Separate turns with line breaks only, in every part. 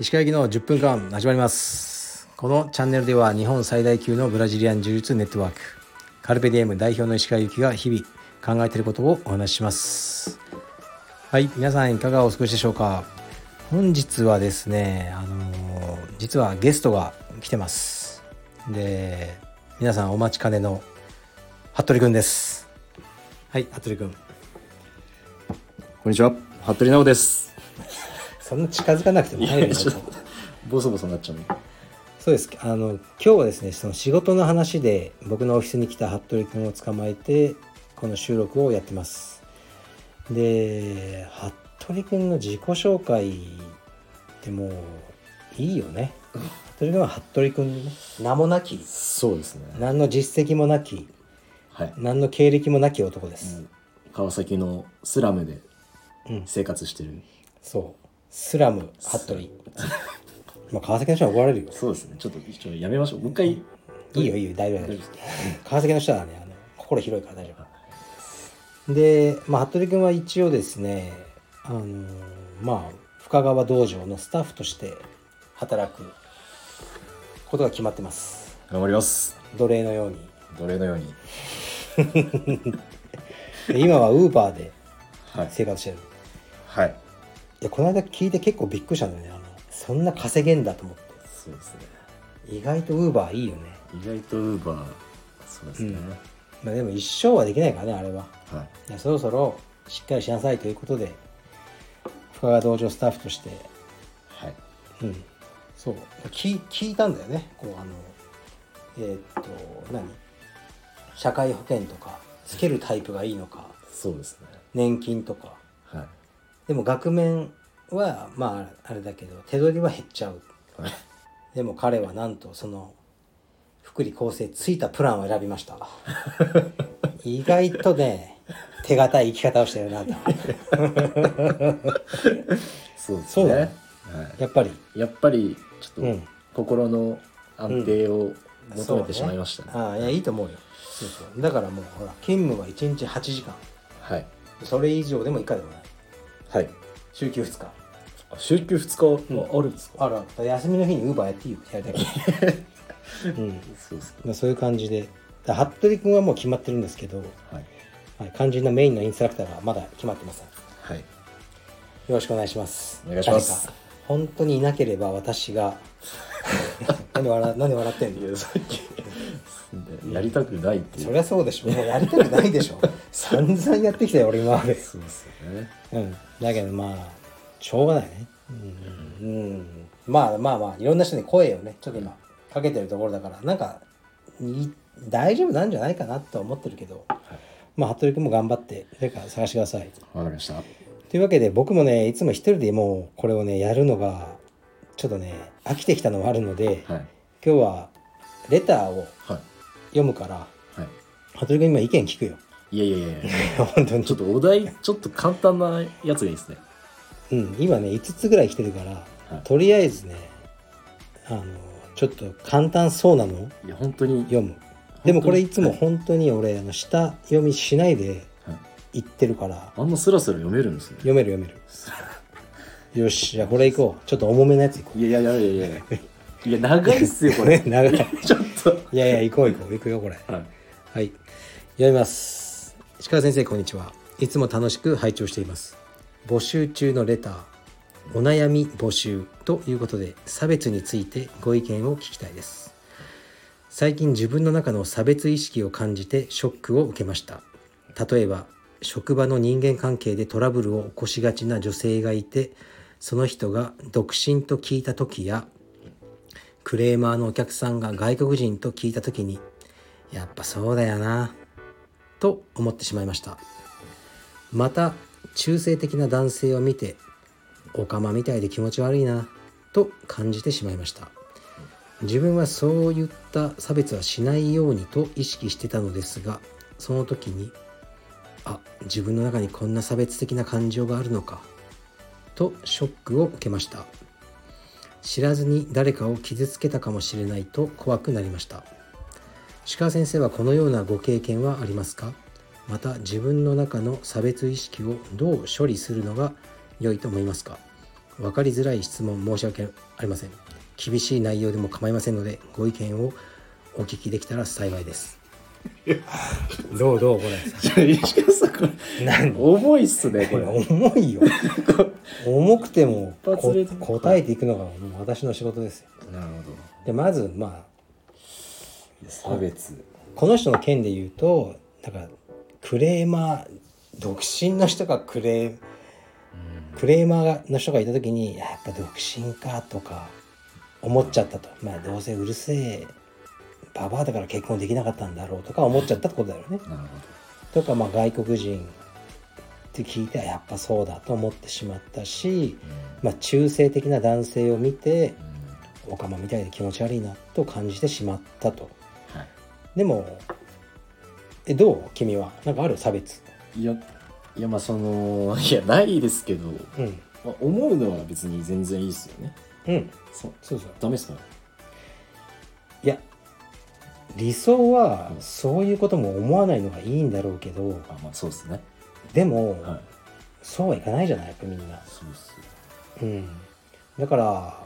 石川行きの10分間始まりますこのチャンネルでは日本最大級のブラジリアン柔術ネットワークカルペディエム代表の石川行きが日々考えていることをお話ししますはい皆さんいかがお過ごしでしょうか本日はですねあのー実はゲストが来てますで皆さんお待ちかねの服部くんですはい服部くん
こんにちは、服部直です。
そんな近づかなくても
い
ない
や
で
ち
す
ょっとボソボソになっちゃうね。
そうですあの今日はですねその仕事の話で僕のオフィスに来た服部君を捕まえてこの収録をやってますで服部君の自己紹介ってもういいよね服部君は服部君ね名もなき
そうですね。
何の実績もなき
はい。
何の経歴もなき男です、
川崎のスラムで
うん
生活してる。
そうスラム服部まあ川崎の人は怒られるよ
そうですね。ちょっとちょっとやめましょう。もう一回。
いいよいいよ大丈夫大丈
大丈夫で
夫
すか
川崎の人はねあの心広いから大丈夫で、まあ、服部君は一応ですねあのまあ深川道場のスタッフとして働くことが決まってます
頑張ります。
奴隷のように
奴隷のように。
で今はウーバーで
はい。
生活してる
はい。
いやこの間聞いて結構びっくりしたんだよねあのそんな稼げんだと思っ
そうですね。
て意外とウーバーいいよね、
意外とウーバー。そうですね。
まあ、でも一生はできないからねあれは
はい。
いやそろそろしっかりしなさいということで深川道場スタッフとして
はい。
うんそう聞い聞いたんだよねこうあのえーっと何社会保険とかつけるタイプがいいのか
そうですね。
年金とか
はい。
でも額面はまああれだけど手取りは減っちゃう
はい。
でも彼はなんとその福利厚生ついたプランを選びま した意外とね手堅い生き方をしてるなと
そうです
そう
ね。
だ
は
ねやっぱり
い。やっぱりちょ
う
っ
ん
と心の安定を
そ
求
う
め
ね
てしまいましたね。
ああいやいいと思うよそうそうだからもうほら勤務は1日8時間
はい。
それ以上でも以下でもない
はい。
週休2日
あ週休2日ああるんですか、
あらだから休みの日にウーバーやっていいよやりたいけど、うん
そうですね
まあ、 そういう感じでだから服部君はもう決まってるんですけど、
はい
はい、肝心なメインのインストラクターがまだ決まってませんよ
はい
ろしくお願いします
お願いします
誰か本当にいなければ私が 何笑何笑ってんの
いやさっきやりたくないっていう
そりゃそうでしょもうやりたくないでしょ散々やってきたよ俺今まで
そうですよね
うん、だけどまあしょうがないね、うんうんまあまあまあいろんな人に声をねちょっと今かけてるところだからなんかい大丈夫なんじゃないかなとは思ってるけど、まあ服部君も頑張って誰か探してください
わかりました
というわけで僕もねいつも一人でもうこれをねやるのがちょっとね飽きてきたのもあるので、
はい
今日はレターを
はい
読むから
は
服部君今意見聞くよ
いいやいやいやいや
本当に
ちょっとお題ちょっと簡単なやつがいいですね
うん、今ね5つぐらい来てるから、
はい
とりあえずねあのちょっと簡単そうなのを
いや本当に
読むでもこれいつも
はい
本当に俺あの下読みしないで
はい
言ってるから
あんなスラスラ読めるんですね
読める読め るよしじゃあこれいこうちょっと重めのやついこ
いやいやいやいやいやいや長いっすよこ
うね
れ
長い
ちょっと
いやいやいこういこういくよこれ
はい
はい読みます石川先生こんにちはいつも楽しく拝聴しています募集中のレターお悩み募集ということで差別についてご意見を聞きたいです最近自分の中の差別意識を感じてショックを受けました例えば職場の人間関係でトラブルを起こしがちな女性がいてその人が独身と聞いた時やクレーマーのお客さんが外国人と聞いた時にやっぱそうだよなと思ってしまいましたまた中性的な男性を見てオカマみたいで気持ち悪いなと感じてしまいました自分はそういった差別はしないようにと意識してたのですがその時にあ自分の中にこんな差別的な感情があるのかとショックを受けました知らずに誰かを傷つけたかもしれないと怖くなりました石川先生はこのようなご経験はありますかまた自分の中の差別意識をどう処理するのが良いと思いますか分かりづらい質問申し訳ありません厳しい内容でも構いませんのでご意見をお聞きできたら幸いですどうどうこれ
石川さん、これ、
何
重いっすね、こ
こ
れ。
れ重 いよ重くても
一発で
こ答えていくのがもう私の仕事ですよ
なるほ
でまずまあ
ど。差別。
この人の件で言うとだからクレーマー独身の人がクレークレーマーの人がいた時にやっぱ独身かとか思っちゃったとまあどうせうるせえババアだから結婚できなかったんだろうとか思っちゃったってことだよね。
なるほ
とかまあ外国人って聞いたらやっぱそうだと思ってしまったし、まあ、中性的な男性を見て
ど。うん
オカマみたいで気持ち悪いなと感じてしまったと。
は
でもえどう君はなんかある差別
い。いや、いや、まあ、その、 いや、ないですけど、
うん
まあ、思うのは別に全然いいですよね。
うん
そ
そうそう
ダメですか
いや理想はそういうことも思わないのがいいんだろうけど
あ、まあ、そうですね。
でも、
はい。
そうはいかないじゃないやっぱみんな
そうっす。
うんだから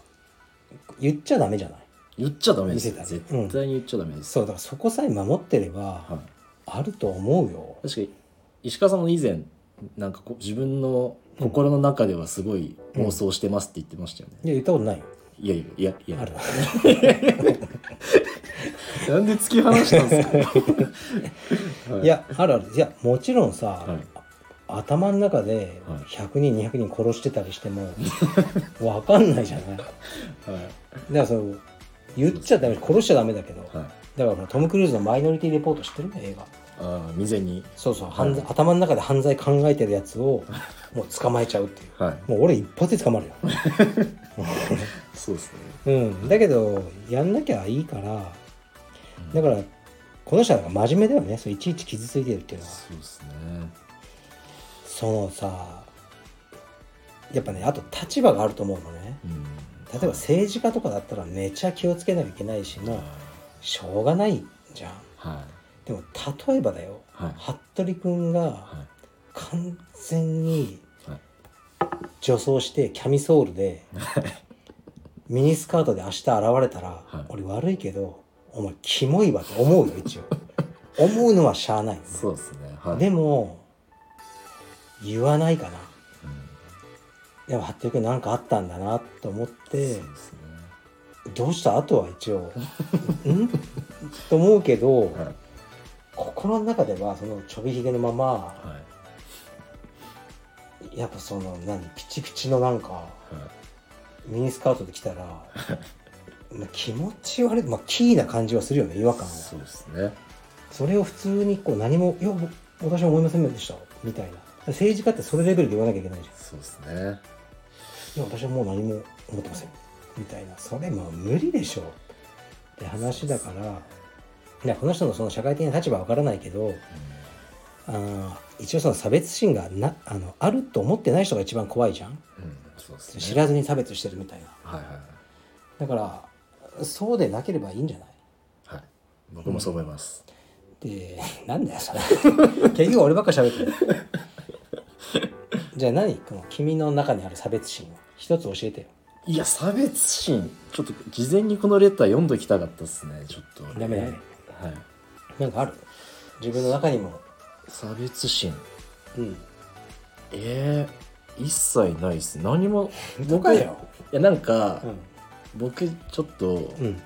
言っちゃダメじゃない
言っちゃダメですよ
見せたり
絶対に言っちゃダメです。
そうだからそこさえ守ってれば
はい。
あると思うよ
確かに石川さんも以前なんかこう自分の心の中ではすごい妄想してますって言ってましたよね、
いや言ったことないよ
いやいやいや
あ
いや
る
なんで突き放したんですか、はい
やあるあ るいやもちろんさ、
はい
頭の中で
はい
100人200人殺してたりしてもわかんないじゃないだか
はい
らその言っちゃダメ殺しちゃダメだけどだか
はい
らほらトム・クルーズの「マイノリティ・レポート」知ってる映画
ああ未然に
そうそう、犯罪
は
頭の中で犯罪考えてるやつをもう捕まえちゃうっていう
はい
もう俺一発で捕まるよ
そうですね
うんだけどやんなきゃいいからだからこの人はなんか真面目だよねそういちいち傷ついてるっていうのは
そうですね
そのさやっぱねあと立場があると思うのね
うん
例えば政治家とかだったらめちゃ気をつけなきゃいけないしもうしょうがないじゃん
はい
でも例えばだよ
はい
服部君が
はい
完全に
はい
女装してキャミソールでミニスカートで明日現れたら、
い
俺悪いけどお前キモいわと思うよ一応思うのはしゃあない、
そうですねはい
でも言わないかな
うん
でも服部君なんかあったんだなと思って
そうですね
どうしたあとは一 応んと思うけど、
はい
心の中ではそのちょびひげのまま
はい
やっぱその何ピチピチのなんか
はい
ミニスカートで来たら まあ気持ち悪い、まあ、キーな感じはするよね違和感は
そうですね
それを普通にこう何も「いや僕私は思いませんでした」みたいな政治家ってそれレベルで言わなきゃいけないじゃん
そうですね
いや私はもう何も思ってませんみたいなそれまあ無理でしょって話だからいやこの人のその社会的な立場はわからないけどあー一応その差別心がなあのあると思ってない人が一番怖いじゃん
うん、うん、そうですね
知らずに差別してるみたいな
はいはいはい
だからそうでなければいいんじゃない
はい。僕もそう思います。
でなんだよそれ結局俺ばっか喋ってるじゃあ何この君の中にある差別心を一つ教えてよ
いや、差別心、ちょっと事前にこのレター読んどきたかったですね、ちょっと。
ダメだ
はい
ね。なんかある自分の中にも
差別心。
うん
ええ一切ないっす。何も。
どかよ
いや、なんか、
うん
僕、ちょっと、
うん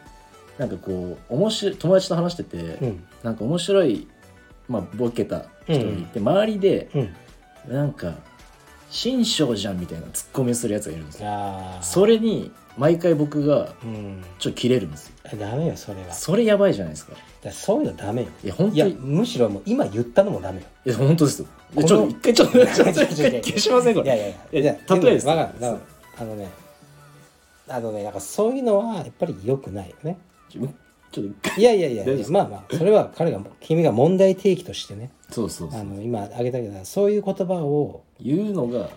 なんかこう、面白い、友達と話してて、
うん
なんか面白い、まあ、ボケた人がいて、周りで、
うん
なんか、新章じゃんみたいなツッコミをするやつがいるんですよ。
ああ
それに、毎回僕が、
うん
ちょっと切れるんですよ。
ダメよそれはだか
それやばいじゃないですか。
らそういうのダメよ
いや、本
い
当
や
に。
むしろもう今言ったのもダメよ
いや、本当ですよ。い
こ
や
の
ちょっと一回、ちょっと、ちょっと
違う
一
違う違
回
う
消しませんこ
いや
れ。
いやいやいや
例えばです
わかるわかるあのねあのねなんかそういうのはやっぱり良くないよね
ちょちょっと一回。
いやいやいや
大丈夫
い
で
や
す
まあまあそれは彼が君が問題提起としてね
そうそうそ
あ
う。
の今挙げたけどそういう言葉を
言うのが、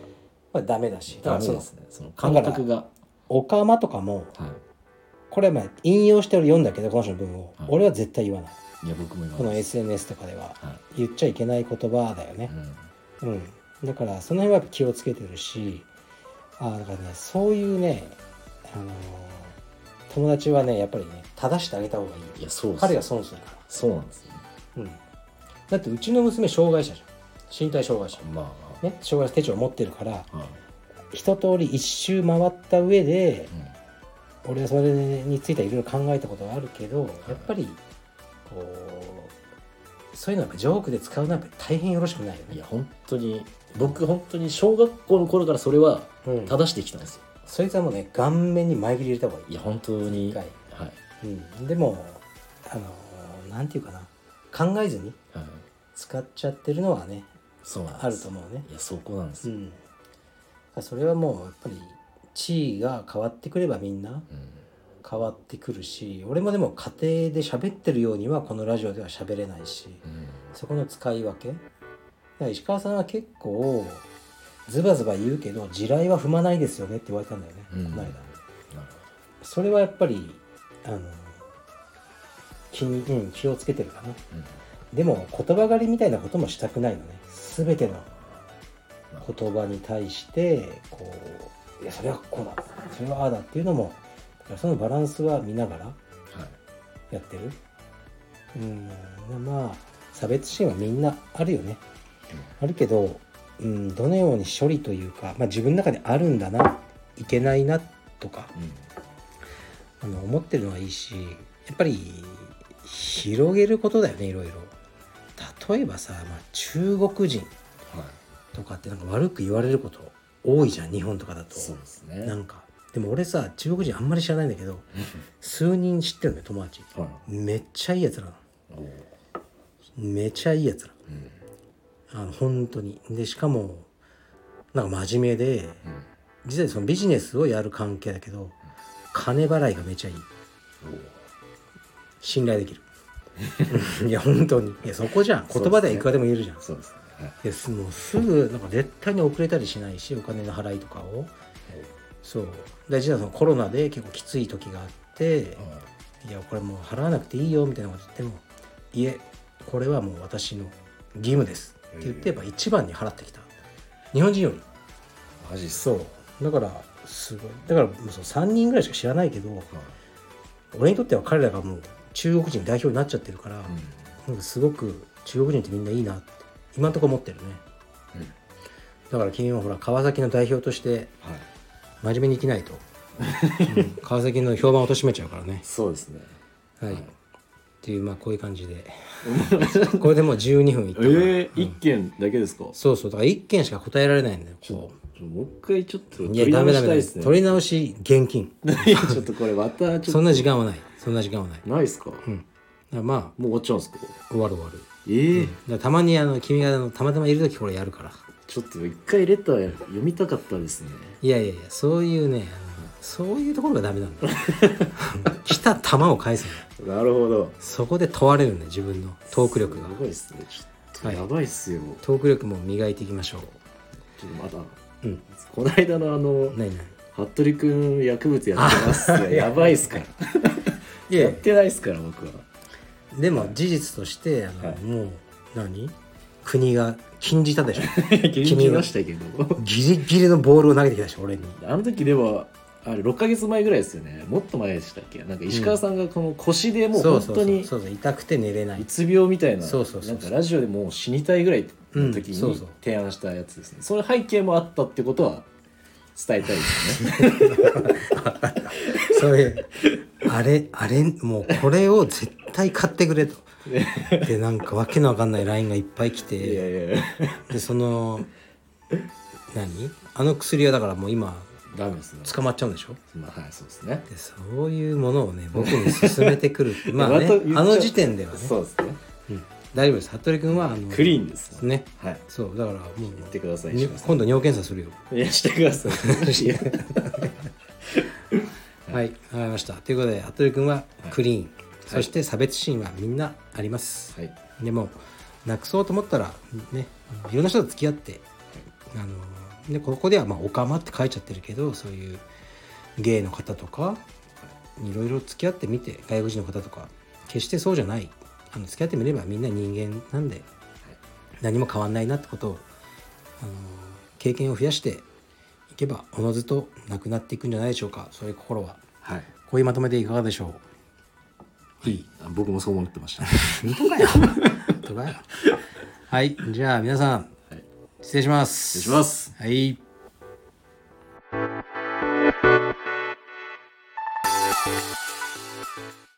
まあダメだしだ
だから
か
そう
ら
ですね。その感覚が。
オカマとかも
はい。
これはまあ引用して俺読んだけどこの人の文を
はい
俺は絶対言わない
いや僕も今
この SNS とかでは
は
言っちゃいけない言葉だよね
い、う、ん
うん、だからその辺はやっぱ気をつけてるしあーだからねそういうね、あのー友達はねやっぱりね正してあげた方がいい
いやそうっす
彼が損するか
そうなんですよね
ら、うん、だってうちの娘障害者じゃん身体障害者、
まあま
ね、障害者手帳持ってるから
あ、はい
一通り一周回った上で
うん
俺はそれについてはいろいろ考えたことはあるけどやっぱりこうそういうのはやっぱジョークで使うのはやっぱり大変よろしくないよ
い
ね、
や本当に僕本当に小学校の頃からそれは
うん、
正してきたんですよ、
そいつはもうね顔面に前切り入れた方がいい
いや本当に
一回
はい、
うん、でもあのなんていうかな考えずに
はい、
使っちゃってるのはね
そうなんです
あると思うね、
いやそこなんです
う
よ、
ん、だからそれはもうやっぱり地位が変わってくればみんな
うん
変わってくるし俺もでも家庭で喋ってるようにはこのラジオでは喋れないし
うん
そこの使い分けだから石川さんは結構ズバズバ言うけど地雷は踏まないですよねって言われたんだよね、
うん
この
なる
間
ほど
それはやっぱりあの気に、うん、気をつけてるかな
うん
でも言葉狩りみたいなこともしたくないのね全ての
まあ
言葉に対してこういやそれはこうだそれはああだっていうのもだからそのバランスは見ながら
はい
やってるうんまあ差別心はみんなあるよねあるけど、うん、どのように処理というか、まあ、自分の中であるんだないけないなとか
うん
あの思ってるのはいいしやっぱり広げることだよねいろいろ例えばさ、まあ、中国人
はい
とかってなんか悪く言われること多いじゃん日本とかだと
そうですね
なんかでも俺さ中国人あんまり知らないんだけど数人知ってるのよ友達
はい
めっちゃいいやつらなの
おー
めちゃいいやつら
うん
あの本当にでしかもなんか真面目で
うん
実際そのビジネスをやる関係だけど金払いがめちゃいい
おー
信頼できる いや本当にいやそこじゃん言葉ではいくらでも言えるじゃん
そうですねはい
いやすもうすぐなんか絶対に遅れたりしないしお金の払いとかをそうで実はそのコロナで結構きつい時があって
はい
いやこれもう払わなくていいよみたいなこと言ってもいえこれはもう私の義務ですって言ってやっぱ一番に払ってきた日本人より
マジっす
そうだからすごいだからもうそう3人ぐらいしか知らないけど
はい
俺にとっては彼らがもう中国人代表になっちゃってるから、
う
なんかすごく中国人ってみんないいなって今んとこ思ってるね
んうん
だから君はほら川崎の代表として
はい
真面目に生きないと、うん川崎の評判を貶めちゃうからね
そうですね
はい、っていうまあこういう感じ でこれでもう12分いったか
え
ら、
ー、一件だけですか
そうそうだから1件しか答えられないんだよ
ちょっともう一回ちょっと
い
取
や
り
ダ
直
メダ
したい
メ
で
ですす
ね
取り直し現金
いやちょっとこれまたちょ
そ
っ
んな時間はないそんな時間はない、
とないですか、
うん、だからまあ
もう終わっちゃうんですか
終わる終わるだか
えー
らたまにあの君があのたまたまいる時これやるから
ちょっと一回レター読みたかったですね
いやいやいやそういうねあのそういうところがダメなんだよ 来た球を返すのよ
なるほど
そこで問われるんだよ自分のトーク力が
すごいですねちょっと
はい
やばいっすよ、
トーク力も磨いていきましょ
ちょっとまだ
ううん
この間のあの
何何
服部君薬物やってま すよやばいっすから
いや
やってないっすか ら僕は
でも事実としてあの、
はい
もう何国が禁じたでしょ
気にましたけど
ギリギリのボールを投げてきたでしょ俺に
あの時でもあれ6か月前ぐらいですよねもっと前でしたっけなんか石川さんがこの腰でもう
そう
本
そう
当
そう
に
そうそう痛くて寝れな
う
い
つ病みたいな
そうそうそう
なんかラジオでもう死にたいぐらいの
う
時
んそうそ
に
う
提案したやつですね、その背景もあったってことは伝えたいですね
それあれあれもうこれを絶対買ってくれ とでなんかわけのわかんない LINE がいっ ぱい来て
いやいやいや
でその何あの薬はだからもう今
ダメですね
捕まっちゃうんでしょ
まあはいそうですね
でそういうものをね僕に勧めてくる ってまあね
た言っちゃ
あ
う
の時点ではね、
そうですね
うん大丈夫です服部君はあの
クリーンです
ね
はい
そうだからもう
言ってください
に
石川さ
今度尿検査するよ
んいやしてくださ いいや
はいわかりましたということで服部君はクリーン、そして差別心はみんなあります、
はい
でもなくそうと思ったらねあのいろんな人と付き合ってあのでここではまあ「オカマ」って書いちゃってるけどそういうゲイの方とかいろいろ付き合ってみて外国人の方とか決してそうじゃないあの付き合ってみればみんな人間なんで何も変わんないなってことを、あの経験を増やしていけばおのずとなくなっていくんじゃないでしょうかそういう心は
はい
こういうまとめでいかがでしょういい
あ僕もそう思ってました
本当かよ本当かよはいじゃあ皆さん、
はい
失礼します
失礼します
はい